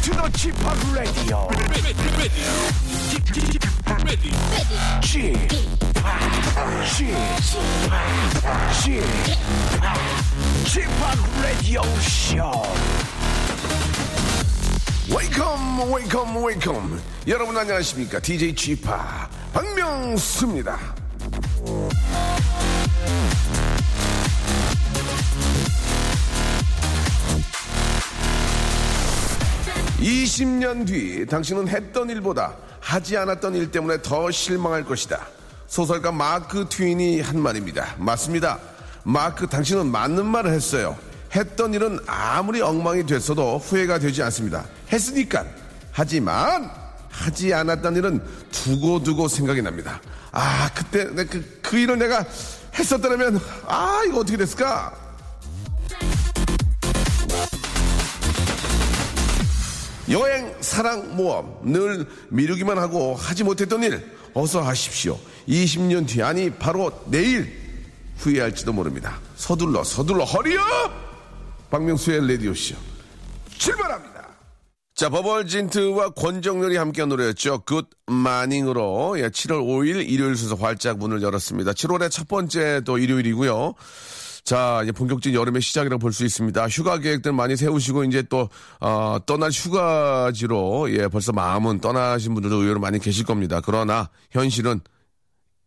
지도 지팍 라디오 지팍 라디오 쇼 웨이컴 웨이컴 웨이컴 여러분 안녕하십니까 DJ 지팍 박명수입니다 (20년) 년 뒤 당신은 했던 일보다 하지 않았던 일 때문에 더 실망할 것이다 소설가 마크 트윈이 한 말입니다 맞습니다 마크 당신은 맞는 말을 했어요 했던 일은 아무리 엉망이 됐어도 후회가 되지 않습니다 했으니까 하지만 하지 않았던 일은 두고두고 생각이 납니다 아 그때 내 그, 그 일을 내가 했었더라면 아 이거 어떻게 됐을까 여행, 사랑, 모험 늘 미루기만 하고 하지 못했던 일 어서 하십시오. 20년 뒤 아니 바로 내일 후회할지도 모릅니다. 서둘러 서둘러 허리업! 박명수의 라디오쇼 출발합니다. 자, 버벌진트와 권정렬이 함께한 노래였죠. 굿 마닝으로 예, 7월 5일 일요일 순서 활짝 문을 열었습니다. 7월의 첫 번째 또 일요일이고요. 자, 이제 본격적인 여름의 시작이라고 볼 수 있습니다. 휴가 계획들 많이 세우시고, 이제 또, 어, 떠날 휴가지로, 예, 벌써 마음은 떠나신 분들도 의외로 많이 계실 겁니다. 그러나, 현실은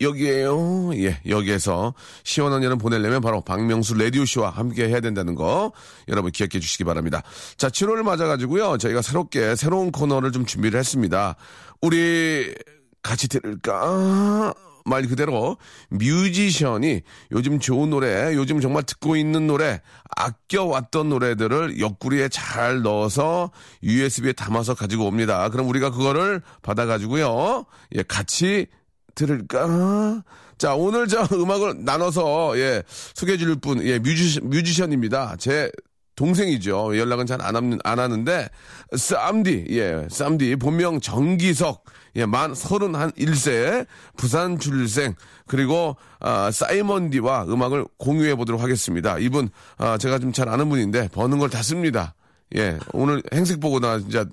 여기에요. 예, 여기에서 시원한 여름 보내려면 바로 박명수 레디오쇼와 함께 해야 된다는 거 여러분 기억해 주시기 바랍니다. 자, 7월을 맞아가지고요. 저희가 새롭게 새로운 코너를 좀 준비를 했습니다. 우리 같이 들을까? 말 그대로 뮤지션이 요즘 좋은 노래, 요즘 정말 듣고 있는 노래, 아껴왔던 노래들을 옆구리에 잘 넣어서 USB에 담아서 가지고 옵니다. 그럼 우리가 그거를 받아가지고요. 예, 같이 들을까? 자, 오늘 저 음악을 나눠서, 예, 소개해 줄 분, 예, 뮤지, 뮤지션입니다. 제 동생이죠. 연락은 잘 안 하는, 안 하는데, 쌈디, 예, 쌈디, 본명 정기석, 예, 만 31세, 부산 출생, 그리고, 아, 사이먼디와 음악을 공유해 보도록 하겠습니다. 이분, 아, 제가 좀 잘 아는 분인데, 버는 걸 다 씁니다. 예, 오늘 행색 보고 나 진짜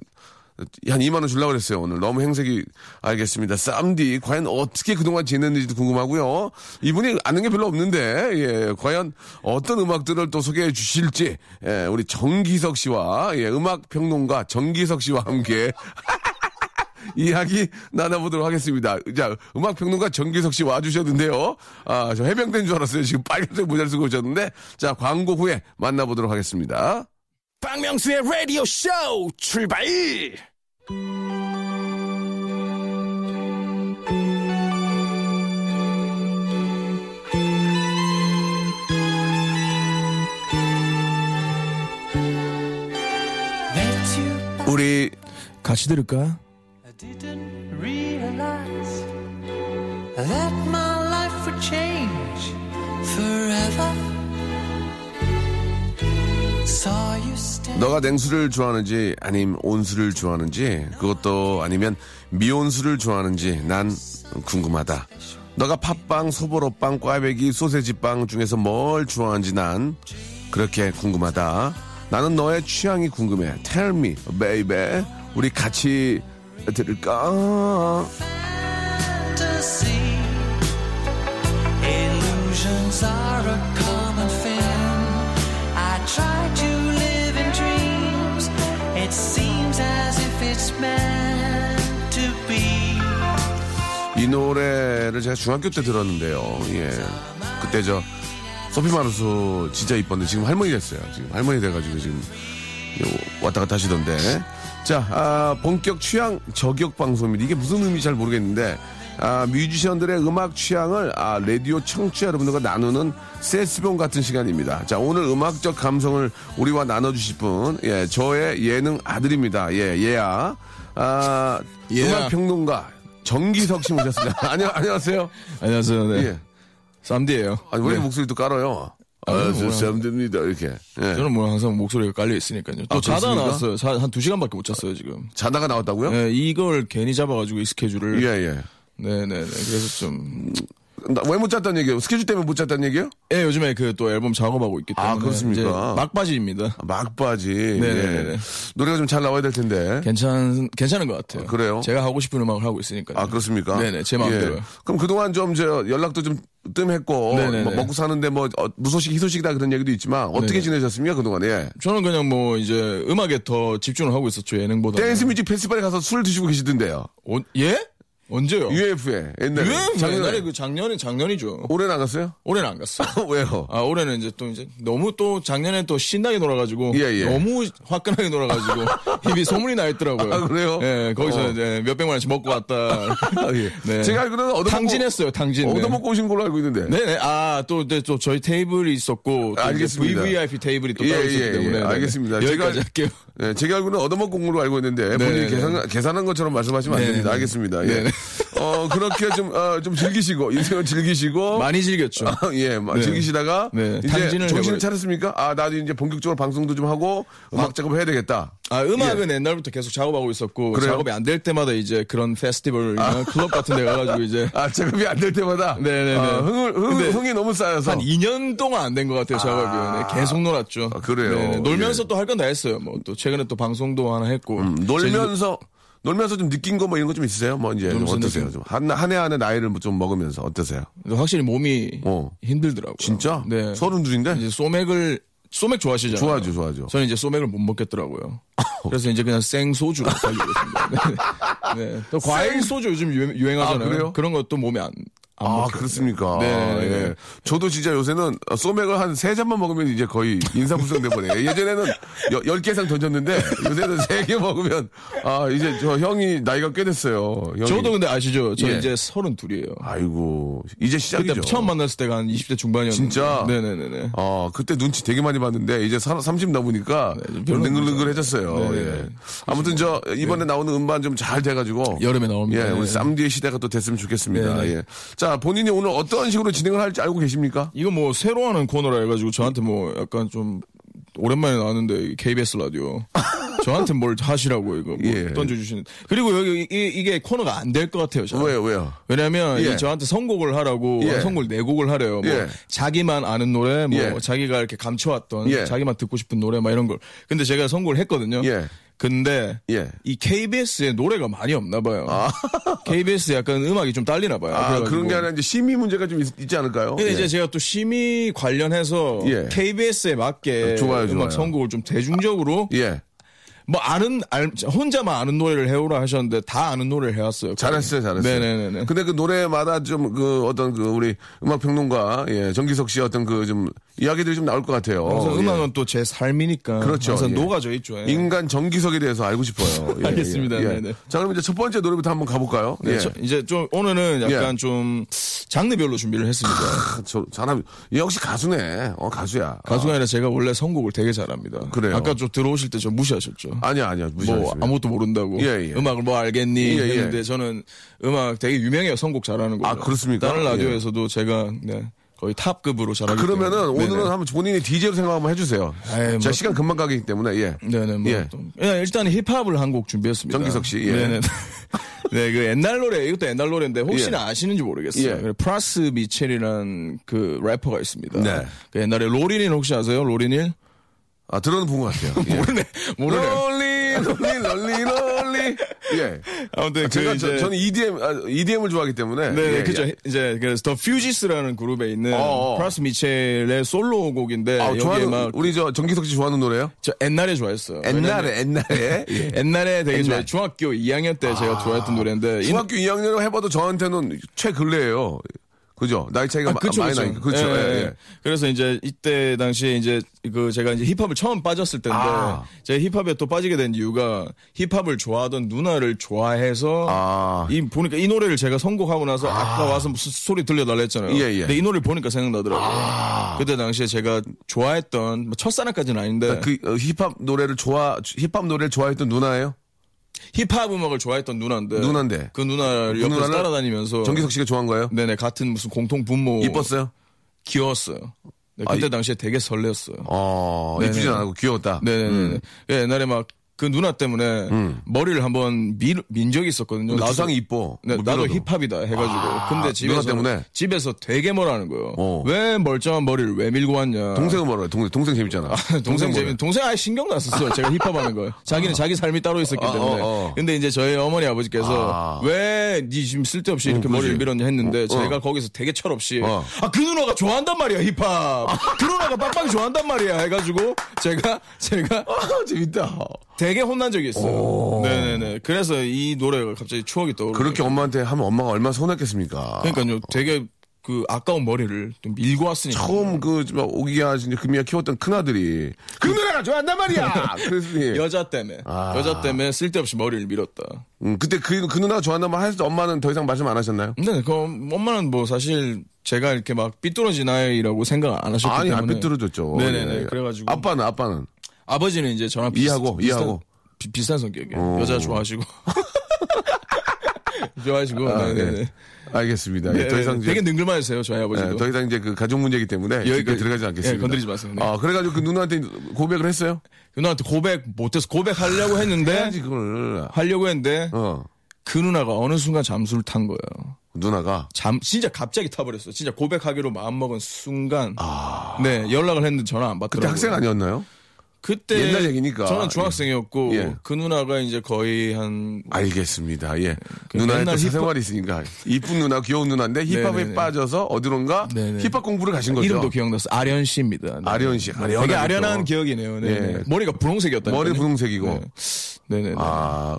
한 2만 원 주려고 그랬어요 오늘 너무 행색이 알겠습니다 쌈디 과연 어떻게 그동안 지냈는지도 궁금하고요 이분이 아는 게 별로 없는데 예 과연 어떤 음악들을 또 소개해 주실지 예 우리 정기석 씨와 예 음악 평론가 정기석 씨와 함께 이야기 나눠보도록 하겠습니다. 자, 음악평론가 정기석 씨 와주셨는데요. 아, 저 해병대인 줄 알았어요. 지금 빨간색 모자를 쓰고 오셨는데. 자, 광고 후에 만나보도록 하겠습니다. 박명수의 라디오 쇼 출발! 우리 같이 들을까? didn't realize that my life would change forever. Saw you stand. 너가 냉수를 좋아하는지 아님 온수를 좋아하는지 그것도 아니면 미온수를 좋아하는지 난 궁금하다. 너가 팥빵, 소보로빵, 꽈배기, 소세지빵 중에서 뭘 좋아하는지 난 그렇게 궁금하다. 나는 너의 취향이 궁금해. Tell me, baby. 우리 같이 들을까? fantasy. Illusions are a common thing. I try to live in dreams. It seems as if it's meant to be. 이 노래를 제가 중학교 때 들었는데요. 예. 그때 저 소피 마르소 진짜 이뻤는데 지금 할머니 됐어요. 지금 할머니 돼가지고 지금 요- 왔다 갔다 하시던데. 자, 아, 본격 취향 저격 방송입니다. 이게 무슨 의미인지 잘 모르겠는데, 아, 뮤지션들의 음악 취향을, 아, 라디오 청취자 여러분들과 나누는 세스본 같은 시간입니다. 자, 오늘 음악적 감성을 우리와 나눠주실 분, 예, 저의 예능 아들입니다. 예, 예야. 아, 예야. 음악평론가 정기석 씨 모셨습니다. 안녕, 안녕하세요. 안녕하세요. 네. 예. 쌈디예요. 아니, 왜 네. 목소리도 깔아요? 아, 아유, 저 뭐야. 쌈됩니다. 이렇게. 예. 저는 뭐 항상 목소리가 깔려 있으니까요. 또 아, 자다 그렇습니까? 나왔어요. 자- 한 2시간밖에 못 잤어요, 지금. 자다가 나왔다고요? 네, 이걸 괜히 잡아가지고 이 스케줄을. 예, 예. 네네네. 그래서 좀. 왜 못 짰다는 얘기예요? 스케줄 때문에 못 짰다는 얘기예요? 예, 요즘에 그 또 앨범 작업하고 있기 때문에 아, 그렇습니까? 이제 막바지입니다. 아, 막바지. 네네네. 예. 노래가 좀 잘 나와야 될 텐데. 괜찮 괜찮은 것 같아요. 아, 그래요? 제가 하고 싶은 음악을 하고 있으니까. 아 그렇습니까? 예. 네네 제 마음대로. 요 그럼 그동안 좀 저 연락도 좀 뜸했고 네네네. 뭐 먹고 사는데 뭐 어, 무소식 희소식이다 그런 얘기도 있지만 어떻게 네네. 지내셨습니까 그동안에? 예. 저는 그냥 뭐 이제 음악에 더 집중을 하고 있었죠 예능보다. 댄스 뮤직 페스티벌에 가서 술 드시고 계시던데요. 예? 언제요? UF에 옛날에. 유행 예? 작년에. 작년에 그 작년은 작년이죠. 올해 나갔어요? 올해는 안 갔어. 왜요? 아 올해는 이제 또 이제 너무 또 작년에 또 신나게 놀아가지고 예, 예. 너무 화끈하게 놀아가지고 입이 소문이 나 있더라고요. 아, 그래요? 예, 거기서 어. 이제 몇 백만 원씩 먹고 왔다. 네. 예. 제가 알기로는 얻어먹고- 탕진했어요. 탕진. 네. 얻어먹고 오신 걸로 알고 있는데. 네네. 아, 또, 네, 또 저희 테이블이 있었고. 또 알겠습니다. 이제 VVIP 테이블이 또 예, 따로 있었기 예, 예. 때문에. 네네. 알겠습니다. 여기까지 제가- 할게요. 네, 제가 알고는 얻어먹고 온 걸로 알고 있는데 본인이 네네네. 계산, 계산한 것처럼 말씀하시면 안 네네네. 됩니다. 알겠습니다. 예. 네네. 어, 그렇게 좀, 어, 좀 즐기시고, 인생을 즐기시고. 많이 즐겼죠. 예, 막 네. 즐기시다가 네, 이제 탕진을 정신을 해버렸- 차렸습니까? 아, 나도 이제 본격적으로 방송도 좀 하고 음악 작업 해야 되겠다. 아, 음악은 옛날부터 계속 작업하고 있었고. 예. 그래요? 작업이 안 될 때마다 이제 그런 페스티벌이나 클럽 같은 데 가가지고 이제. 아, 작업이 안 될 때마다 네네네. 아, 흥을, 흥, 근데 흥이 너무 쌓여서 한 2년 동안 안 된 것 같아요, 작업이. 네, 계속 놀았죠. 어. 아, 그래요? 네네. 놀면서 예. 음, 또 할 건 다 했어요. 뭐 또 최근에 또 방송도 하나 했고. 제주도- 놀면서 놀면서 좀 느낀 거 뭐 이런 거 좀 있으세요? 뭐 이제 좀 놀면서 네. 어떠세요? 느낀- 한한해 한해 나이를 좀 먹으면서 어떠세요? 확실히 몸이 어. 힘들더라고요. 진짜? 네. 서른 둘인데 이제 소맥을 소맥 좋아하시잖아요. 좋아하죠, 좋아하죠. 저는 이제 소맥을 못 먹겠더라고요. 그래서 이제 그냥 생소주로 달리고 있습니다. 네. 네. 또 과일 소주 요즘 유- 유행하잖아요. 아, 그래요? 그런 것도 몸에 안, 안 아, 먹혀요. 그렇습니까? 네, 아, 네, 예. 네. 저도 진짜 요새는 소맥을 한 세잔만 먹으면 이제 거의 인사불성돼 버려요. 예전에는 여- 열개 이상 던졌는데 요새는 세 개 먹으면 아, 이제 저 형이 나이가 꽤 됐어요. 형이. 저도 근데 아시죠? 저 예. 이제 서른 둘이에요. 아이고, 이제 시작이죠. 그때 처음 만났을 때가 한 20대 중반이었는데. 진짜? 네네네네. 어, 그때 눈치 되게 많이 봤는데, 이제 30 넘으니까 네, 좀좀 별로 능글능글해졌어요. 네, 예. 네. 아무튼 저, 이번에 나오는 음반 좀 잘 돼가지고. 여름에 나옵니다. 예, 우리 네. 쌈디의 시대가 또 됐으면 좋겠습니다. 네, 네. 예. 자, 본인이 오늘 어떤 식으로 진행을 할지 알고 계십니까? 이거 뭐 새로 하는 코너라 해가지고 저한테 뭐 약간 좀 오랜만에 나왔는데 KBS 라디오 저한테 뭘 하시라고 이거 뭐 예. 던져주시는 그리고 여기 이, 게 코너가 안 될 것 같아요. 잘. 왜요, 왜요? 왜냐면 예. 이 저한테 선곡을 하라고 예. 선곡을 네 곡을 하래요. 뭐 예. 자기만 아는 노래, 뭐 예. 자기가 이렇게 감춰왔던 예. 자기만 듣고 싶은 노래 막 이런 걸. 근데 제가 선곡을 했거든요. 예. 근데 예. 이 KBS에 노래가 많이 없나 봐요. KBS 약간 음악이 좀 딸리나 봐요. 아, 그래가지고. 그런 게 아니라 이제 심의 문제가 좀 있, 지 않을까요? 어, 근데 예. 이제 제가 또 심의 관련해서 예. KBS에 맞게 아, 좋아요, 좋아요. 음악 선곡을 좀 대중적으로 예. 뭐 아는 알- 혼자만 아는 노래를 해오라 하셨는데 다 아는 노래를 해왔어요. 잘했어요, 잘했어요. 네네네네. 근데 그 노래마다 좀 그 어떤 그 우리 음악평론가, 예, 정기석 씨 어떤 그 좀 이야기들이 좀 나올 것 같아요. 항상 예. 어, 음악은 또 제 삶이니까 그렇죠, 항상 예. 녹아져 있죠. 예. 인간 정기석에 대해서 알고 싶어요. 예, 알겠습니다. 예, 예. 네네. 자, 그럼 이제 첫 번째 노래부터 한번 가볼까요? 네, 예. 저- 이제 좀 오늘은 약간 예. 좀 장르별로 준비를 했습니다. 아, 저 사람 역시 가수네. 어, 가수야. 가수가 아니라 제가 원래 선곡을 되게 잘합니다. 그래요? 아까 좀 들어오실 때 좀 무시하셨죠. 아, 아니야, 아니야. 무시하 뭐 습니다 아무것도 모른다고 예, 예. 음악을 뭐 알겠니 예, 예. 했는데 저는 음악 되게 유명해요 선곡 잘하는 거 아, 그렇습니까? 다른 예. 아, 라디오에서도 제가 네, 거의 탑급으로 잘하기 그러면은 때문에. 오늘은 한번 본인이 DJ로 생각 한번 해주세요. 에이, 뭐- 자, 시간 금방 가기 때문에, 예. 네네 네네, 뭐 예. 또- 예, 일단 힙합을 한 곡 준비했습니다 정기석 씨, 예. 네네 네그 옛날 노래 이것도 옛날 노래인데 혹시나 예. 아시는지 모르겠어요 예. 그래, 프라스 미첼이라는 그 래퍼가 있습니다 네. 그 옛날에 로린일 혹시 아세요 로린일 아, 들어는 본 것 같아요. 예. 모르네 모르네 롤리, 롤리, 롤리, 롤리. 예. 아무튼 그 제가 이제 저, 는 EDM, 아, EDM을 좋아하기 때문에. 네, 예, 그죠. 예. 이제 그래서 더 퓨지스라는 그룹에 있는 어어. 프라스 미첼의 솔로곡인데 아, 여기에 좋아하는, 막 저 우리 저 정기석 씨 좋아하는 노래요? 옛날에 좋아했어요. 옛날에, 옛날에. 예. 왜냐면 옛날에 되게 옛날. 좋아해. 중학교 2학년 때 제가 좋아했던 노래인데 이- 예. 중학교 2학년 해봐도 저한테는 최근래예요 그죠? 나이 차이가 아, 마- 그쵸, 많이 그쵸. 나니까. 그렇죠. 예, 예, 예. 예. 그래서 이제 이때 당시에 이제 그 제가 이제 힙합을 처음 빠졌을 때인데 아. 제가 힙합에 또 빠지게 된 이유가 힙합을 좋아하던 누나를 좋아해서 아. 이 보니까 이 노래를 제가 선곡하고 나서 아. 까 와서 무슨 소리 들려달라 했잖아요. 예, 아. 예. 근데 이 노래를 보니까 생각나더라고요. 그때 당시에 제가 좋아했던 뭐 첫사랑까지는 아닌데 그 어, 힙합 노래를 좋아 힙합 노래를 좋아했던 누나예요? 힙합 음악을 좋아했던 누나인데 누나인데. 그 누나를 그 옆에서 누나를 따라다니면서 정기석 씨가 좋아한 거예요? 어. 네네 같은 무슨 공통 분모 이뻤어요? 아, 귀여웠어요. 네, 그때 당시에 되게 설레었어요. 어, 이쁘진 않고 귀여웠다. 네네네. 옛날에 막 그 누나 때문에 머리를 한번 민, 민 적이 있었거든요. 음. 근데 나도- 두상이 이뻐. 네, 뭐 밀어도. 나도 아, 힙합이다 해가지고. 근데 집에서 때문에? 집에서 되게 뭐라는 거예요. 어. 왜 멀쩡한 머리를 왜 밀고 왔냐. 동생은 뭐라 해? 동생, 동생 재밌잖아. 동생 뭐라 재미 해? 동생 아예 신경도 안 썼어요. 제가 힙합하는 거예요. 자기는 자기 삶이 따로 있었기 어, 때문에. 어, 어. 근데 이제 저희 어머니 아버지께서 아. 어, 왜 니 지금 쓸데없이 이렇게 그지. 머리를 밀었냐 했는데 제가 어. 거기서 되게 철없이 어. 아 그 누나가 좋아한단 말이야 힙합. 그 누나가 빡빡이 좋아한단 말이야 해가지고 제가 제가 아, 재밌다. 되게 혼난 적이 있어요. 네네네. 그래서 이 노래가 갑자기 추억이 떠오르. 그렇게 엄마한테 하면 엄마가 얼마나 서운했겠습니까? 그러니까요. 되게 그 아까운 머리를 좀 밀고 왔으니까. 처음 그, 막 오기야, 진짜 금이야 키웠던 큰아들이. 그 누나가 좋아한단 말이야! 그랬더니. 여자 때문에 아. 여자 때문에 쓸데없이 머리를 밀었다. 음, 그때 그, 그 누나가 좋아한단 말 해서 엄마는 더 이상 말씀 안 하셨나요? 네, 그 엄마는 뭐 사실 제가 이렇게 막 삐뚤어진 아이라고 생각 안 하셨기 아니, 때문에 안 삐뚤어졌죠. 네네네. 예. 그래가지고 아빠 아빠는, 아빠는. 아버지는 이제 저랑 비슷, 이해하고, 비슷한, 이해하고. 비, 비슷한 성격이에요. 여자 좋아하시고 좋아하시고 아, 네네네. 네. 알겠습니다. 예, 네, 더 이상 이제. 되게 능글만했어요 저희 아버지도. 예, 더 이상 이제 그 가족 문제이기 때문에 여기까지 들어가지 않겠습니다. 예, 건드리지 마세요. 네. 아, 그래가지고 그 누나한테 고백을 했어요? 누나한테 고백 못해서 고백하려고 했는데 해야지, 그걸. 하려고 했는데 어, 그 누나가 어느 순간 잠수를 탄 거예요. 누나가. 잠 진짜 갑자기 타버렸어. 진짜 고백하기로 마음먹은 순간 네 연락을 했는데 전화 안 아. 그때 받더라고요. 학생 아니었나요? 그때 옛날 얘기니까. 저는 중학생이었고 예. 아, 그 누나가 이제 거의 한 알겠습니다. 예. 그 누나의 또 맨날 힙합- 사생활이 있으니까. 이쁜 누나, 귀여운 누나인데 힙합에 네네네. 빠져서 어디론가 네네. 힙합 공부를 가신 거죠. 이름도 기억나서 아련 씨입니다. 네. 아련 씨. 네, 아련하겠죠. 되게 아련한 기억이네요. 네, 예. 네. 머리가 분홍색이었다. 머리 분홍색이고. 네네. 네. 아.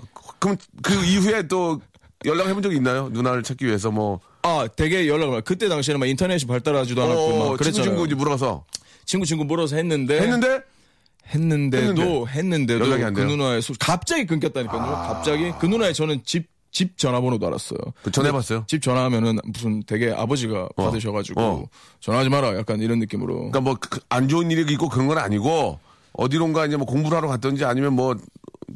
아, 그럼 그 이후에 또 연락해본 적 있나요? 누나를 찾기 위해서 뭐. 아, 되게 연락을 막- 그때 당시에는 막 인터넷이 발달하지도 않았고 어, 막 친구 그랬잖아요. 네. 친구인지 물어서. 친구 친구 물어서 했는데 했는데? 했는데도 했는데도 연락이 안 그 돼요? 아. 누나의 소, 갑자기 끊겼다니까요. 갑자기 그 누나의 저는 집 집 전화번호도 알았어요. 그 전화해봤어요? 집 전화하면은 무슨 되게 아버지가 받으셔가지고 어. 전화하지 마라 약간 이런 느낌으로. 그러니까 뭐 안 좋은 일이 있고 그런 건 아니고 어디론가 이제 뭐 공부를 하러 갔던지 아니면 뭐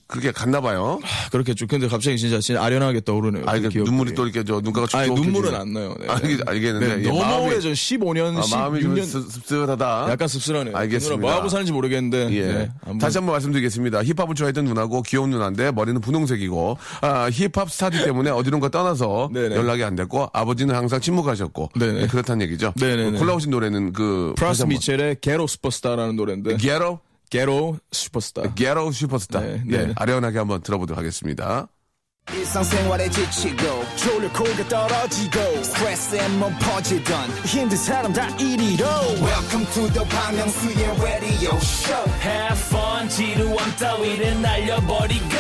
그렇게 갔나 봐요. 아, 그렇게 쭉 근데 갑자기 진짜 진짜 아련하게 떠오르네요. 아, 그 이게 기억들이. 눈물이 또 이렇게 저 눈가가 촉촉. 아니 눈물은 안 나요. 네. 알겠- 알겠는데. 네, 예, 너무 마음이- 오래전 15년, 아, 마음이 좀 16년 씁- 씁쓸하다. 약간 씁쓸하네요. 알겠습니다. 그 누나 뭐하고 사는지 모르겠는데. 예. 네, 아무튼 다시 한번 말씀드리겠습니다. 힙합을 좋아했던 누나고 귀여운 누나인데 머리는 분홍색이고 아, 힙합 스타디 때문에 어디론가 떠나서 네네. 연락이 안 됐고 아버지는 항상 침묵하셨고 네네. 네, 그렇다는 얘기죠. 네네네. 골라오신 노래는 그 프라스 미첼의 게로 슈퍼스타라는 노래인데 게로 게로 슈퍼스타. 게로 슈퍼스타. 네, 예, 네네. 아련하게 한번 들어보도록 하겠습니다. 일상생활에 지치고, 졸려 코가 떨어지고, 스트레스에 몸 퍼지던, 힘든 사람 다 이리로. welcome to the Bang Myung-soo's radio show Have fun 지루함 따위를 날려버리고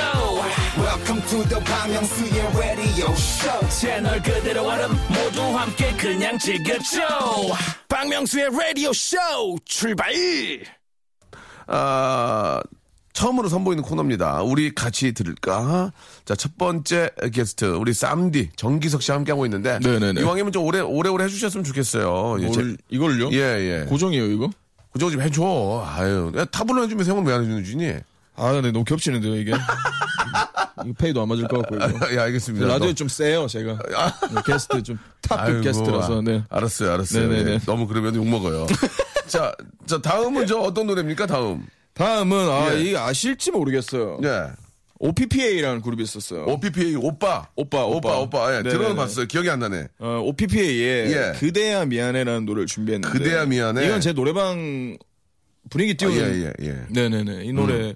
welcome to the Bang Myung-soo's radio show 채널 그대로 얼음 모두 함께 그냥 즐겨줘 박명수의 라디오 쇼 출발 아, 처음으로 선보이는 코너입니다. 우리 같이 들을까? 자, 첫 번째 게스트, 우리 쌈디, 정기석 씨와 함께하고 있는데. 네네네. 이왕이면 좀 오래, 오래오래 해주셨으면 좋겠어요. 예, 제- 뭘, 이걸요? 예, 예. 고정이에요 이거? 고정 좀 해줘. 아유. 야, 타블로 해주면 세원 왜안 해주는 주니? 예, 아, 근데 너무 겹치는데요, 이게. 음. 이거 페이도 안 맞을 것 같고, 이거. 예, 알겠습니다. 라디오 너- 좀 세요, 제가. 네, 게스트 좀, 탑급 아이고, 게스트라서, 네. 아, 알았어요, 알았어요. 네네네. 예, 너무 그러면 욕먹어요. 자, 자, 다음은 저 어떤 노래입니까, 다음? 다음은, 아, 예. 이게 아실지 모르겠어요. 예. OPPA라는 그룹이 있었어요. OPPA, 오빠. 오빠, 오빠, 오빠. 예, 네네네. 들어는 봤어요. 기억이 안 나네. 어, OPPA의 예. 그대야 미안해라는 노래를 준비했는데. 그대야 미안해. 이건 제 노래방 분위기 띄우는. 예, 예, 예. 네네네. 이 노래.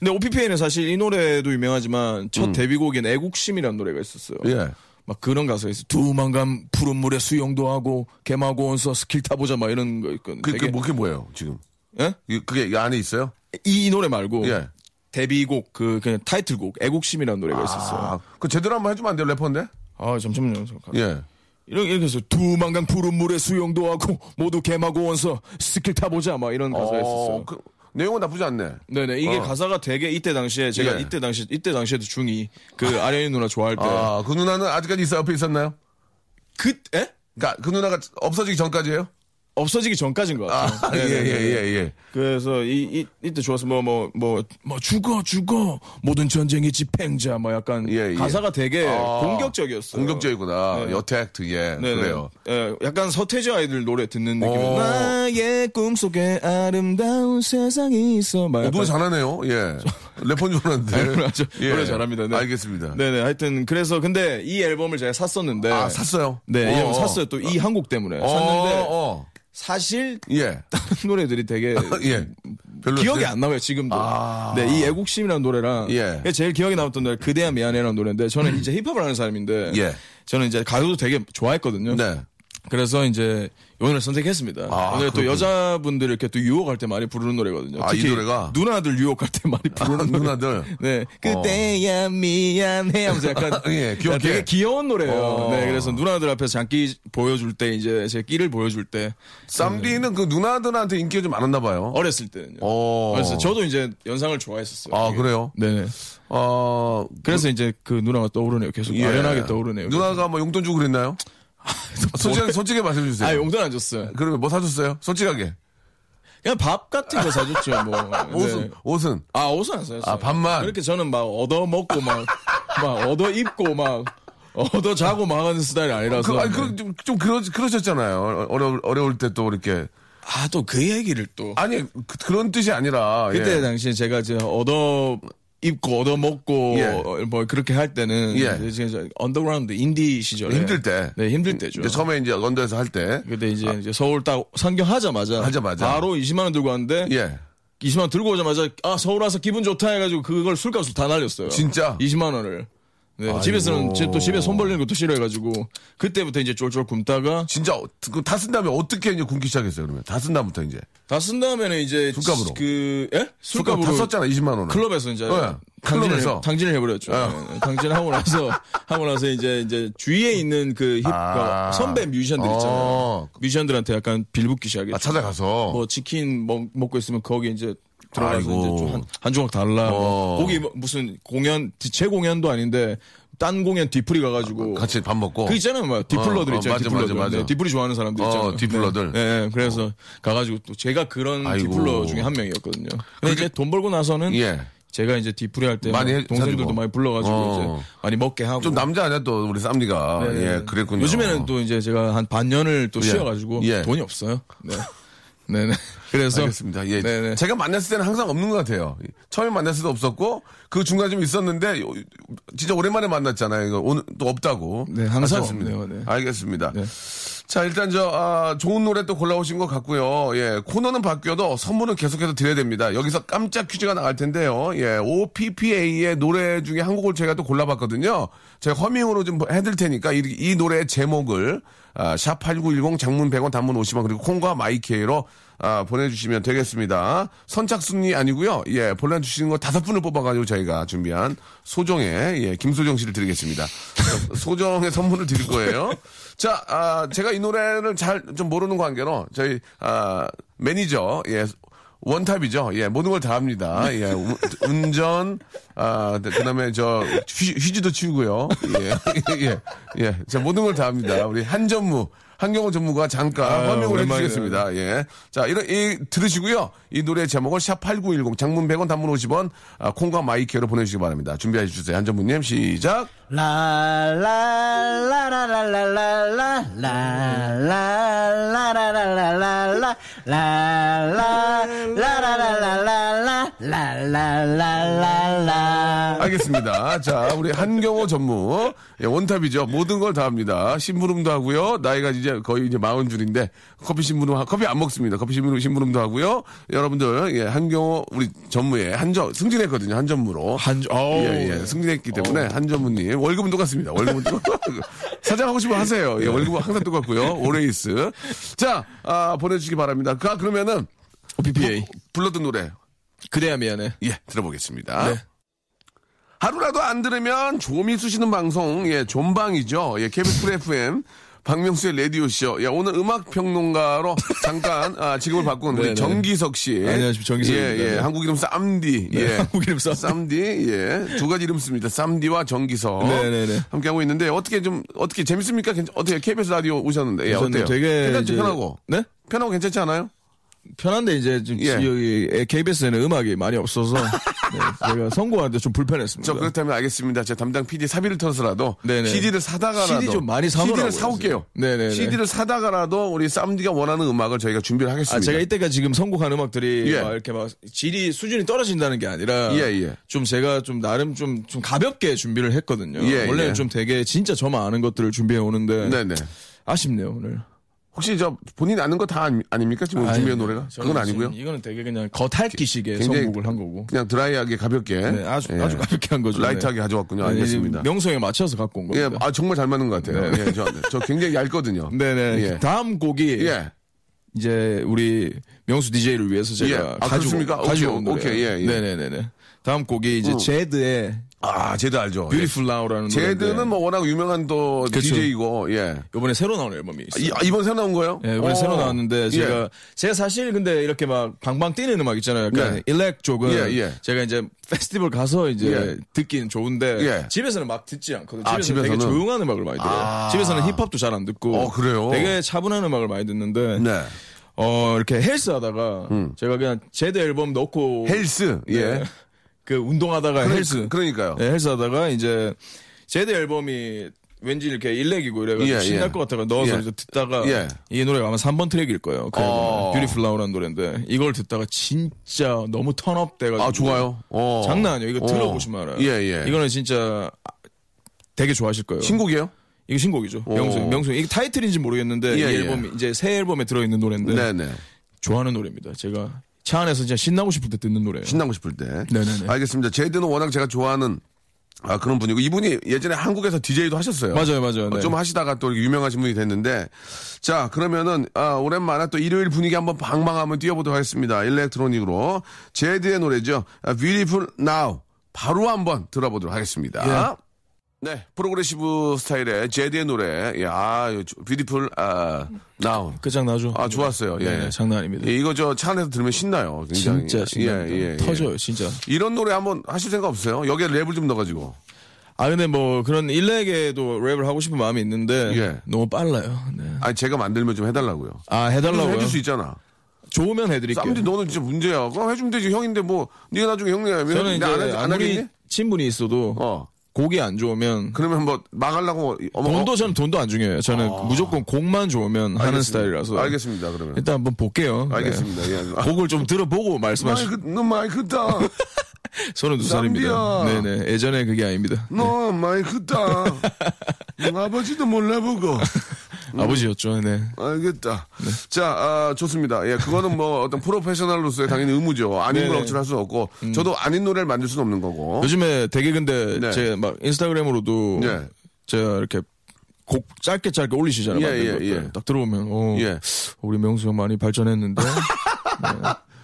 근데 OPPA는 사실 이 노래도 유명하지만 첫 데뷔곡인 애국심이라는 노래가 있었어요. 음. 예. 막 그런 가사가 있어. 두만감 푸른 물에 수영도 하고 개마고 원서 스킬 타보자 막 이런 거 있거든요. 그, 그, 되게- 뭐, 그게 뭐예요, 지금? 예? 이- 그게 이 안에 있어요? 이, 이 노래 말고 예. 데뷔곡 그 그냥 타이틀곡 애국심이라는 노래가 있었어요. 아, 그 제대로 한번 해주면 안 돼요, 래퍼인데? 아 잠시만요. 잠깐. 예. 이렇게 이렇게 해서 두만간 푸른 물에 수영도 하고 모두 개마고 원서 스킬 타보자 막 이런 가사가 있었어요. 어, 그, 내용은 나쁘지 않네. 네네 이게 어. 가사가 되게 이때 당시에 제가 예. 이때 당시 이때 당시에도 중이 그 아련이 누나 좋아할 때 그 아, 그 누나는 아직까지 있어, 옆에 있었나요? 에? 그니까 그 누나가 없어지기 전까지예요 없어지기 전까지인 것 아, 같아요. 예, 네네네. 예, 예, 예. 그래서 이, 이 이때 좋았어 뭐 뭐 뭐 뭐 죽어 죽어 모든 전쟁의 집행자 뭐 약간 예, 예. 가사가 되게 아, 공격적이었어요. 공격적이구나. 네. 여태 액트, 예. 네네. 그래요. 예, 약간 서태지 아이들 노래 듣는 느낌. 어. 나의 꿈속에 아름다운 세상이 있어. 막 어, 노래 약간 잘하네요, 예. 래퍼인 줄 알았는데. 예. 아주 그렇죠. 노래 잘합니다. 네. 알겠습니다. 네네. 하여튼 그래서 근데 이 앨범을 제가 샀었는데. 아, 샀어요? 네, 이 어, 앨범 어. 샀어요. 또 이 한곡 때문에 어, 샀는데 어, 사실 예. 다른 노래들이 되게 예. 별로 그 기억이 안 나요 지금도. 네, 이 애국심이라는 노래랑 아. 예. 음. 제일 기억에 남았던 노래 그대야 미안해라는 노래인데 저는 이제 힙합을 하는 사람인데 예. 저는 이제 가요도 되게 좋아했거든요. 네. 그래서 이제 오늘 선택했습니다. 아, 오늘 또 그렇군요. 여자분들 이렇게 또 유혹할 때 많이 부르는 노래거든요. 아, 이 노래가? 아, 누나들 유혹할 때 많이 부르는 노래. 누나들. 어. 네. 그때야 미안해 하면서 약간 네, 예, 귀엽게. 되게 귀여운 노래예요. 어. 네. 그래서 누나들 앞에서 장기 보여줄 때 이제 제 끼를 보여줄 때 쌈디는 그 누나들한테 인기가 좀 많았나 봐요. 어렸을 때는요. 어. 그래서 저도 이제 연상을 좋아했었어요. 예. 아, 되게. 그래요? 네네. 어, 그래서 이제 그 누나가 떠오르네요. 계속 예. 아련하게 떠오르네요. 누나가 뭐 용돈 주고 그랬나요? 솔직하게, 솔직하게 말씀해 주세요. 아 용돈 안 줬어요. 그러면 뭐 사줬어요? 솔직하게. 그냥 밥 같은 거 사줬죠. 뭐 옷은, 네. 옷은. 아 옷은 안 사줬어요. 아, 밥만? 그렇게 저는 막 얻어 먹고 막 막 얻어 입고 막 얻어 자고 막 하는 스타일이 아니라서. 네. 그, 아니, 그, 좀, 좀 그러, 그러셨잖아요. 어려, 어려울 때 또 이렇게. 아 또 그 얘기를 또. 아니, 그, 런 뜻이 아니라. 그때 예. 당시에 제가 이제 얻어 입고 얻어 먹고 예. 어, 뭐 그렇게 할 때는 예. 이제 이제 언더그라운드 인디 시절에 힘들 때. 네 힘들 때죠. 이제 처음에 이제 언더에서 할 때. 근데 이제, 이제 서울 딱 상경하자마자 하자마자. 바로 20만 원 들고 왔는데 예. 20만 원 들고 오자마자 아 서울 와서 기분 좋다 해가지고 그걸 술값으로 다 날렸어요. 진짜? 20만 원을. 네, 집에서는 제- 또 집에 손 벌리는 것도 싫어해가지고 그때부터 이제 쫄쫄 굶다가 진짜, 어- 그다쓴 다음에 어떻게 이제 굶기 시작했어요, 그러면? 다 쓴 다음부터 이제. 다 쓴 다음에는 이제 술값으로. 그 예? 술값으로 다 썼잖아, 20만원을. 클럽에서 네, 이제 클럽에서. 예. 당진을, 당진을 해버렸죠. 네, 당진을 하고 나서 하고 나서 이제 이제 주위에 있는 그 힙, 아. 선배 뮤지션들 어. 있잖아요. 뮤지션들한테 약간 빌붙기 시작했죠. 아, 찾아가서. 뭐 치킨 먹, 먹고 있으면 거기 이제 들어가서 아이고. 이제 좀 한, 한 조각 달라. 어. 거기 뭐 무슨 공연 제 공연도 아닌데 딴 공연 뒤풀이 가가지고 아, 같이 밥 먹고. 그 있잖아요, 뭐 디플러들 어, 어, 있잖아요. 맞아, 디플러들. 맞아, 맞아. 네, 디플이 좋아하는 사람들 어, 있잖아요. 디플러들. 어. 네, 네, 네. 그래서 가가지고 또 제가 그런 아이고. 디플러 중에 한 명이었거든요. 근데 이제 돈 벌고 나서는 예. 제가 이제 디플이 할 때 많이 해- 동생들도 사주고. 많이 불러가지고 어. 이제 많이 먹게 하고. 좀 남자 아니야, 또, 우리 쌈디가. 네, 네. 예, 그랬군요. 요즘에는 또 이제 제가 한 반년을 또 예. 쉬어가지고 예. 돈이 없어요. 네. 네네. 그래서 알겠습니다. 예. 네네. 제가 만났을 때는 항상 없는 것 같아요. 처음에 만났을 때 없었고, 그 중간에 좀 있었는데, 요- 진짜 오랜만에 만났잖아요. 이거 오늘 또 없다고. 네, 항상 하셨습니다. 없네요. 네. 알겠습니다. 자, 일단 저, 아, 좋은 노래 또 골라오신 것 같고요. 예, 코너는 바뀌어도 선물은 계속해서 드려야 됩니다. 여기서 깜짝 퀴즈가 나갈 텐데요. 예, OPPA의 노래 중에 한 곡을 제가 또 골라봤거든요. 제가 허밍으로 좀 해드릴 테니까 이, 이 노래의 제목을 아, 샵8910 장문 100원 단문 50원 그리고 콩과 마이케이로 아, 보내주시면 되겠습니다. 선착순이 아니고요. 예, 보내주시는 거 다섯 분을 뽑아가지고 저희가 준비한 소정의 예, 김소정 씨를 드리겠습니다. 소정의 선물을 드릴 거예요. 자, 아, 제가 이 노래를 잘 좀 모르는 관계로 저희 아, 매니저 예. 원탑이죠. 예, 모든 걸 다 합니다. 예, 운- 운전, 아, 그다음에 저 휴지, 휴지도 치우고요. 예, 예, 예, 자 모든 걸 다 합니다. 우리 한전무, 한경호 전무가 잠깐 아유, 화면을 오랜만이네요. 해주시겠습니다. 아, 예. 자, 이런, 이, 들으시고요. 이 노래 제목을 샵8910, 장문 100원, 단문 50원, 아, 콩과 마이케로 보내주시기 바랍니다. 준비해 주세요. 한전부님, 시작. 알겠습니다. 자, 우리 한경호 전무. 예, 원탑이죠. 모든 걸 다 합니다. 심부름도 하고요. 나이가 이제 거의 이제 마흔 줄인데 커피 심부름, 하- 커피 안 먹습니다. 커피 심부름, 심부름도 하고요. 여러분들, 예, 한경호 우리 전무에 한전, 승진했거든요. 한전무로. 한 어우. 예, 예. 승진했기 때문에 한전무님 월급은 똑같습니다. 월급은 똑같고 사장 하고 싶으면 하세요. 예, 월급은 항상 똑같고요. 오레이스. 자, 아, 보내주시기 바랍니다. 그, 그러면은 어, OPPA. 불렀던 노래 그래야 미안해. 예, 들어보겠습니다. 네. 하루라도 안 들으면 조미수 씨는 방송, 예, 존방이죠. 예, KBS 쿨 FM. 박명수의 라디오쇼. 예, 오늘 음악평론가로 잠깐, 아, 직업을 바꾼 우리 네네. 정기석 씨. 안녕하십니까, 정기석입니다. 예, 예. 네. 한국 이름 쌈디. 예. 한국 이름 쌈디. 예. 두 가지 이름 씁니다. 쌈디와 정기석. 네네네. 함께하고 있는데, 어떻게 좀, 어떻게 재밌습니까? 괜찮- 어떻게 KBS 라디오 오셨는데, 예, 저는 어때요? 되게 괜찮죠, 이제- 편하고. 네? 편하고 괜찮지 않아요? 편한데 이제 지금 예. 여기 KBS에는 음악이 많이 없어서 네, 제가 선고하는데 좀 불편했습니다. 저 그렇다면 알겠습니다. 제 담당 PD 사비를 털어서라도 그러니까. 네네. CD를 사다가라도 CD 좀 많이 사놓으라고 CD를 사올게요. 그러세요. 네네네. CD를 사다가라도 우리 쌈디가 원하는 음악을 저희가 준비를 하겠습니다. 아, 제가 이때가 지금 선곡한 음악들이 예. 막 이렇게 막 질이 수준이 떨어진다는 게 아니라 예, 예. 좀 제가 좀 나름 좀, 좀 가볍게 준비를 했거든요. 예, 원래는 예. 좀 되게 진짜 저만 아는 것들을 준비해 오는데 네네. 아쉽네요 오늘. 혹시 저 본인 아는 거 다 아닙니까 지금 뭐 준비한 노래가? 저는 그건 아니고요. 지금 이거는 되게 그냥 겉핥기식의 굉장히 선곡을 한 거고. 그냥 드라이하게 가볍게 네, 아주 예. 아주 가볍게 한 거죠. 라이트하게 가져왔군요. 네, 아, 알겠습니다. 명성에 맞춰서 갖고 온 예, 겁니다. 아 정말 잘 맞는 것 같아요. 예, 저, 저 굉장히 얇거든요. 네네. 예. 다음 곡이 예. 이제 우리 명수 DJ를 위해서 제가 예. 아, 가지고 그렇습니까? 가지고 오케이, 온 노래. 오케이, 예, 예. 네네네네. 다음 곡이 이제 제드의 아, 제드 알죠. 예. Beautiful Now라는 노래. 제드는 뭐 워낙 유명한 또 그쵸. DJ이고, 예. 이번에 새로 나온 앨범이 있어요. 아, 이, 번 새로 나온 거예요? 예, 이번에 오. 새로 나왔는데 제가 예. 제가 사실 근데 이렇게 막 방방 뛰는 음악 있잖아요. 약간 예. 일렉 쪽은 예, 예. 제가 이제 페스티벌 가서 이제 예. 듣긴 좋은데 예. 집에서는 막 듣지 않거든요. 아, 집에서는 되게 집에서는? 조용한 음악을 많이 들어요. 아. 집에서는 힙합도 잘 안 듣고 어, 그래요? 되게 차분한 음악을 많이 듣는데 네. 음. 어, 이렇게 헬스 하다가 제가 그냥 제드 앨범 넣고 헬스. 네. 예. 아, 그 운동하다가 그러- 헬스 그러니까요. 네, 헬스 하다가 이제 제드 앨범이 왠지 이렇게 일렉이고 이래가지고 예, 신날 예. 것 같다가 넣어서 예. 이제 듣다가 예. 이 노래가 아마 3번 트랙일 거예요. 그 어. 어. 뷰티풀 라우라는 노래인데 이걸 듣다가 진짜 너무 턴업 돼가지고 아, 좋아요. 어. 장난 아니에요. 이거 어. 들어보시면 알아요. 예, 예. 이거는 진짜 되게 좋아하실 거예요. 신곡이에요? 이거 신곡이죠. 오. 명수 명수 이게 타이틀인지 모르겠는데 이 예, 예. 앨범 이 이제 새 앨범에 들어있는 노래인데 네, 네. 좋아하는 노래입니다. 제가 차 안에서 진짜 신나고 싶을 때 듣는 노래예요. 신나고 싶을 때. 네네네. 알겠습니다. 제드는 워낙 제가 좋아하는 아, 그런 분이고 이분이 예전에 한국에서 DJ도 하셨어요. 맞아요, 맞아요. 어, 네. 좀 하시다가 또 이렇게 유명하신 분이 됐는데 자 그러면은 아, 오랜만에 또 일요일 분위기 한번 방망 한번 뛰어보도록 하겠습니다 일렉트로닉으로 제드의 노래죠 아, Beautiful Now 바로 한번 들어보도록 예. 하겠습니다 네 프로그레시브 스타일의 제드의 노래 예, 야 Beautiful 아, Now 그 끝장나죠. 아 좋았어요 예 네, 장난 아닙니다. 예, 이거 저 차 안에서 들으면 신나요 굉장히. 진짜 진짜 예, 예, 예. 터져요 진짜. 이런 노래 한번 하실 생각 없어요 여기에 랩을 좀 넣어가지고 아 근데 뭐 그런 일렉에도 랩을 하고 싶은 마음이 있는데 예. 너무 빨라요. 네. 아니 제가 만들면 좀 해달라고요 아 해달라고요. 해줄 수 있잖아 좋으면 해드릴게요. 쌈디 너는 진짜 문제야. 그럼 해주면 되지 형인데 뭐 네가 나중에 형이야. 왜 저는 이제 안, 해- 안 아무리 하겠니? 친분이 있어도 어. 곡이 안 좋으면 그러면 뭐 막으려고 어머, 돈도 저는 돈도 안 중요해요. 저는 무조건 곡만 좋으면 어, 하는 알겠습니다. 스타일이라서 알겠습니다. 그러면 일단 한번 볼게요. 네. 알겠습니다. 예. 아, 곡을 좀 들어보고 마이 말씀하시. 그, 너 마이 크다. 서른 두 살입니다. 그 쌈디야. 음, 네네 예전에 그게 아닙니다. 너 마이 크다. 아버지도 몰라보고. 음. 아버지였죠. 네. 알겠다. 자, 아, 좋습니다. 예, 그거는 뭐 어떤 프로페셔널로서의 당연히 의무죠. 아닌 걸 네네. 음. 억지로 할 수 없고, 저도 아닌 노래를 만들 수는 없는 거고. 요즘에 되게 근데 어? 네. 제 막 인스타그램으로도 네. 제가 이렇게 곡 짧게 짧게 올리시잖아요. 예, 만든 예, 것들. 예. 딱 들어보면 어, 예. 우리 명수 형 많이 발전했는데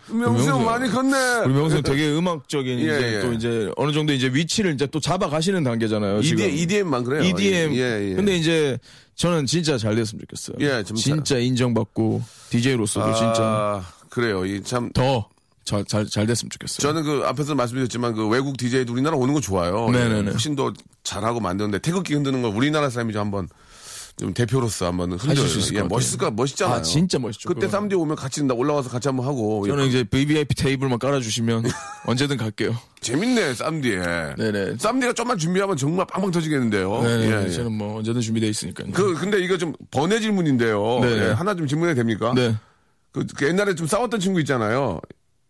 명수 형 명수. 많이 컸네. 우리 명수 형 되게 음악적인 이제 예, 예. 또 이제 어느 정도 이제 위치를 이제 또 잡아가시는 단계잖아요. 지금. EDM, 만 그래요. EDM. 예, 예. 근데 이제 저는 진짜 잘 됐으면 좋겠어요. 예, 좀 진짜 인정받고 DJ로서도 진짜 아, 그래요. 이참 더 잘 잘 잘 됐으면 좋겠어요. 저는 그 앞에서 말씀드렸지만 그 외국 DJ도 우리나라 오는 거 좋아요. 예, 네네네. 훨씬 더 잘하고 만드는데 태극기 흔드는 걸 우리나라 사람이 좀 한번 좀 대표로서 한번 흔들어요. 수 있을 예, 것 같아요. 멋있을까 멋있잖아요. 아, 진짜 멋있죠, 그때 그거는. 쌈디 오면 같이 나 올라와서 같이 한번 하고 예, 저는 이제 VVIP 테이블만 깔아주시면 언제든 갈게요. 재밌네 쌈디에. 네네. 쌈디가 좀만 준비하면 정말 빵빵 터지겠는데요. 네, 예, 네, 예. 저는 뭐 언제든 준비되어 있으니까요. 그 근데 이거 좀 번외 질문인데요. 네네. 예, 하나 좀 질문해도 됩니까? 네. 그, 그 옛날에 좀 싸웠던 친구 있잖아요.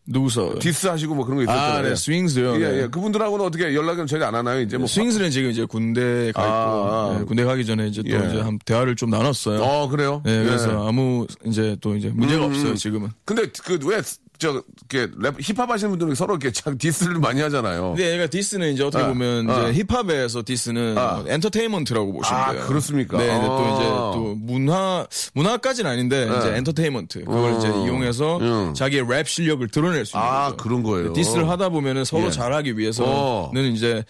누구서? 디스 하시고 뭐 그런 거 있었잖아요. 아, 네, 스윙스요. 예, 네. 예. 그분들하고는 어떻게 연락은 전혀 안 하나요? 이제 뭐 스윙스는 지금 이제 군대 가 있고 아, 아. 네, 군대 가기 전에 이제 또 예. 이제 한 대화를 좀 나눴어요. 어 그래요? 네, 그래서 예. 아무 이제 또 이제 문제가 음, 없어요 음. 지금은. 근데 그왜저 이렇게 랩 힙합 하시는 분들은 서로 이렇게 참 디스를 많이 하잖아요. 근데 얘가 네, 그러니까 디스는 이제 어떻게 아, 보면 아. 이제 힙합에서 디스는 뭐 아. 엔터테인먼트라고 보시면 아, 돼요. 그렇습니까? 네, 근데 아. 또 이제 또 문화 문화까지는 아닌데 이제 엔터테인먼트 그걸 어. 이제 이용해서 음. 자기의 랩 실력을 드러낼 수 있는 아, 거죠. 그런 거예요. 디스를 하다 보면은 서로 예. 잘하기 위해서는 어. 이제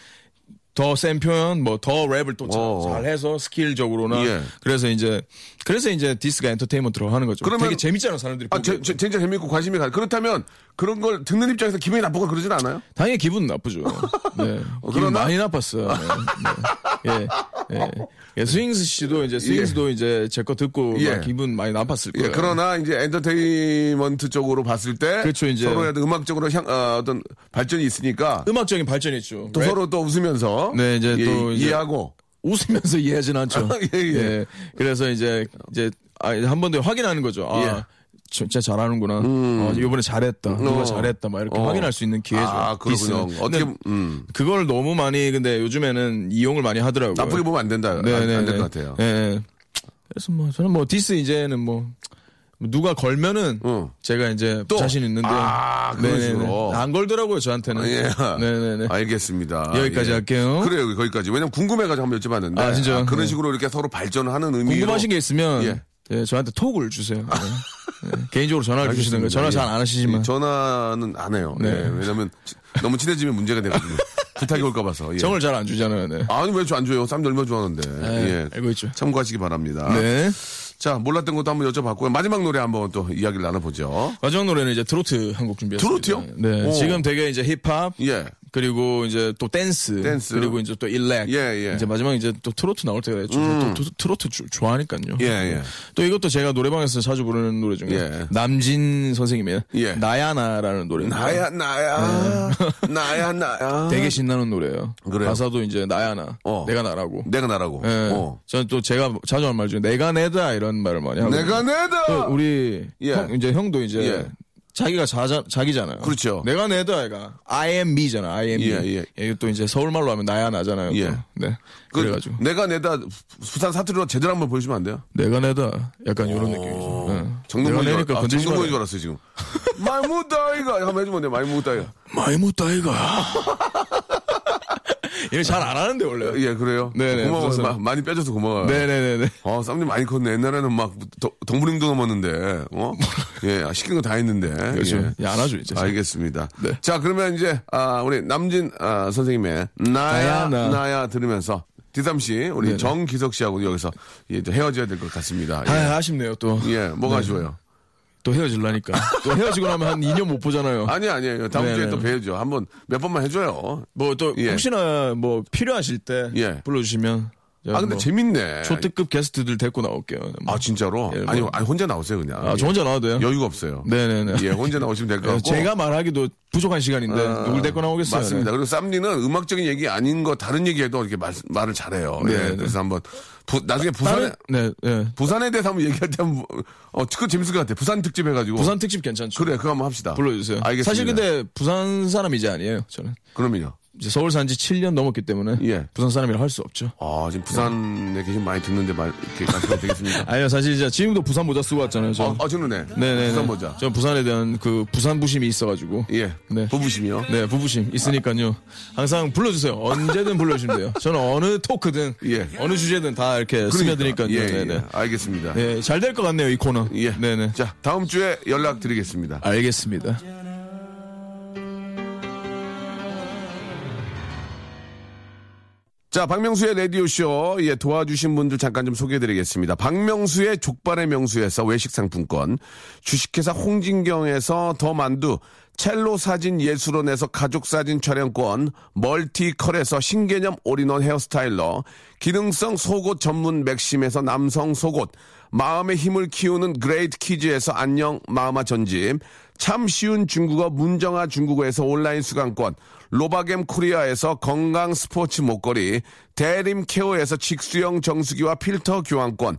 더 센 표현, 뭐 더 랩을 또 잘, 어. 잘해서 스킬적으로나 예. 그래서 이제 그래서 이제 디스가 엔터테인먼트로 하는 거죠. 그러면- 되게 재밌잖아 사람들이. 아, 보기에. 제, 제, 진짜 재밌고 관심이 가. 그렇다면 그런 걸 듣는 입장에서 기분이 나쁘고 그러진 않아요? 당연히 기분 나쁘죠. 네. 기분 어, 그러나? 많이 나빴어요. 네. 네. 예. 예. 예, 스윙스 씨도 이제 스윙스도 이제 제 거 듣고 예. 막 기분 많이 나빴을 예, 거예요. 그러나 이제 엔터테인먼트 쪽으로 봤을 때 그렇죠, 이제. 서로의 음악적으로 향, 어, 떤 발전이 있으니까 음악적인 발전이 있죠. 또 랩- 서로 또 웃으면서 네, 이제 예, 또 이제- 이해하고 웃으면서 이해하진 않죠. 예, 예. 그래서 이제 이제 아, 한 번 더 확인하는 거죠. 아, 예. 음. 진짜 잘하는구나. 어, 이번에 잘했다. 누가 잘했다. 막 이렇게 어. 확인할 수 있는 기회죠. 아, 그렇군요. 디스는. 어떻게 근데 음, 그걸 너무 많이 근데 요즘에는 이용을 많이 하더라고요. 나쁘게 보면 안 된다. 안 될 것 같아요. 네, 네. 그래서 뭐 저는 뭐 디스 이제는 뭐 누가 걸면은 응. 제가 이제 어. 또? 자신 있는데 아, 그런 네. 네네네. 식으로. 안 걸더라고요 저한테는. 예. 네네네. 알겠습니다. 여기까지 예. 할게요. 그래요, 거기까지. 왜냐면 궁금해가지고 한번 여쭤봤는데. 아, 진짜요? 그런 네. 식으로 이렇게 서로 발전하는 의미로. 궁금하신 게 있으면 예. 예, 저한테 톡을 주세요. 네. 네. 개인적으로 전화를 알겠습니다. 주시는 거예요. 전화 잘 예. 안 하시지만. 예, 전화는 안 해요. 네. 예, 왜냐면 지- 너무 친해지면 문제가 되거든요. 부탁이 올까봐서. 예. 정을 잘 안 주잖아요. 네. 아니, 왜 안 줘요? 쌈 얼마 좋아하는데. 예. 알고 있죠. 참고하시기 바랍니다. 네. 자, 몰랐던 것도 한번 여쭤봤고요. 마지막 노래 한번 또 이야기를 나눠보죠. 마지막 노래는 이제 트로트 한 곡 준비했습니다. 트로트요? 네. 오. 지금 되게 이제 힙합 예. 그리고 이제 또 댄스, 댄스. 그리고 이제 또 일렉 예, 예. 음. 이제 마지막 이제 또 트로트 나올 때가 됐죠. 또, 트- 트로트 주- 좋아하니까요. 예, 예. 또 이것도 제가 노래방에서 자주 부르는 노래 중에 예. 남진 선생님의 예. 나야나라는 노래. 나야, 나야. 나야, 나야. 네. 되게 신나는 노래예요. 그래요? 가사도 이제 나야나, 어. 내가 나라고. 내가 나라고. 예. 어. 저는 또 제가 자주 하는 말 중에 내가 내다 이런 말을 많이 하고. 내가 어, 내다! 그 우리 예. 형, 이제 형도 이제 예. 자기가 자자, 자기잖아요. 그렇죠. 내가 내다 아이가 I am me잖아. I am 예, me. 예. 이게 또 이제 서울 말로 하면 나야 나잖아요. 또. 예. 네. 그, 그래가지고 내가 내다 부산 사투리로 제대로 한번 보여주면 안 돼요? 내가 내다 약간 이런 느낌이죠. 네. 내가 어. 정동문인 줄, 내니까 아, 건들지 정동문인 마라. 줄 알았어요, 지금. 많이 묻다, 이거. 한번 해주면 돼요, 많이 묻다, 이거. 많이 못다 아이가. 얘 잘안 하는데 원래. 예, 그래요. 네네, 고마워요. 그래서- 마- 많이 빼줘서 고마워요. 네네네네. 어, 쌈님 많이 컸네. 옛날에는 막 도- 동물행도 넘었는데, 어? 예, 아, 시킨 거 다 했는데. 그렇죠. 예. 예, 안 하죠 이제. 알겠습니다. 네. 자, 그러면 이제, 아, 우리 남진 아, 선생님의 나야, 나야, 나야, 나. 들으면서, 디삼 씨, 우리 네네. 정기석 씨하고 여기서 예, 이제 헤어져야 될 것 같습니다. 예. 아, 아쉽네요 또. 예, 뭐가 아쉬워요? 또 헤어질라니까. 또 헤어지고 나면 한 2년 못 보잖아요. 아니, 아니에요. 다음 주에 네네. 또 뵈야죠. 한번 몇 번만 해줘요. 뭐 또 예. 혹시나 뭐 필요하실 때 예. 불러주시면. 제가 아, 근데 뭐 재밌네. 초특급 게스트들 데리고 나올게요. 뭐. 아, 진짜로? 예, 뭐. 아니, 아니, 혼자 나오세요, 그냥. 아, 저 혼자 나와도 돼요? 여유가 없어요. 네네네. 예, 혼자 나오시면 될 것 같고. 제가 말하기도 부족한 시간인데 아, 누굴 데리고 나오겠어요? 네. 맞습니다. 그리고 쌈니는 음악적인 얘기 아닌 거 다른 얘기에도 이렇게 말, 말을 잘해요. 예, 네, 네. 그래서 한번 부- 나중에 부산에 다른 네, 네. 부산에 대해서 한번 얘기할 때 한번 어 그거 재밌을 것 같아. 부산 특집 해가지고 부산 특집 괜찮죠? 그래 그거 한번 합시다. 불러주세요. 알겠습니다. 사실 근데 부산 사람 이제 아니에요. 저는 그러면요. 이제 서울 산지 7년 넘었기 때문에 예. 부산 사람이라 할 수 없죠. 아 지금 부산에 계신 많이 듣는데 말 이렇게 말씀이 되겠습니까? 아니요, 사실 이제 지금도 부산 모자 쓰고 왔잖아요. 저. 아, 아 저는 네. 네네. 부산 보자. 전 부산에 대한 그 부산 부심이 있어가지고. 예. 네. 부부심이요. 네, 부부심 있으니까요. 항상 불러주세요. 언제든 불러주시면 돼요. 저는 어느 토크든, 예. 어느 주제든 다 이렇게 스며드니까요. 예, 예. 네네. 알겠습니다. 네, 잘 될 것 같네요, 이 코너. 예. 네네. 자 다음 주에 연락 드리겠습니다. 알겠습니다. 자, 박명수의 라디오쇼, 예, 도와주신 분들 잠깐 좀 소개해드리겠습니다. 박명수의 족발의 명수에서 외식상품권, 주식회사 홍진경에서 더 만두, 첼로 사진 예술원에서 가족사진 촬영권, 멀티컬에서 신개념 올인원 헤어스타일러, 기능성 속옷 전문 맥심에서 남성 속옷, 마음의 힘을 키우는 그레이트 키즈에서 안녕 마마 전집, 참 쉬운 중국어 문정아 중국어에서 온라인 수강권, 로바겜 코리아에서 건강 스포츠 목걸이, 대림 케어에서 직수형 정수기와 필터 교환권,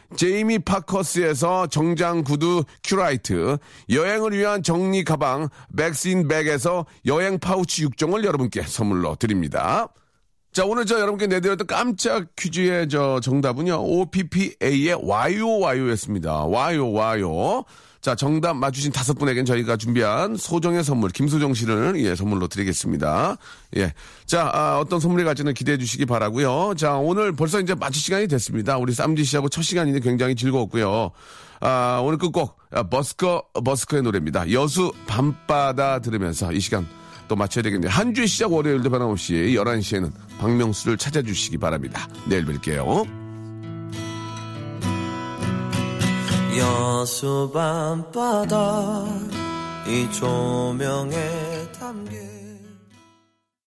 제이미 파커스에서 정장 구두 큐라이트, 여행을 위한 정리 가방 백스인 백에서 여행 파우치 6종을 여러분께 선물로 드립니다. 자, 오늘 저 여러분께 내드렸던 깜짝 퀴즈의 저 정답은요, OPPA의 와요와요였습니다. 와요와요. 자, 정답 맞추신 다섯 분에겐 저희가 준비한 소정의 선물, 김소정 씨를, 예, 선물로 드리겠습니다. 예. 자, 아, 어떤 선물이 갈지는 기대해 주시기 바라고요 자, 오늘 벌써 이제 마칠 시간이 됐습니다. 우리 쌈지 씨하고 첫 시간인데 굉장히 즐거웠고요 아, 오늘 끝곡 아, 버스커 버스커의 노래입니다. 여수 밤바다 들으면서 이 시간 또 마쳐야 되겠네요. 한 주의 시작 월요일도 변함없이 11시에는 박명수를 찾아주시기 바랍니다. 내일 뵐게요. 여수 밤바다 이 조명에 담긴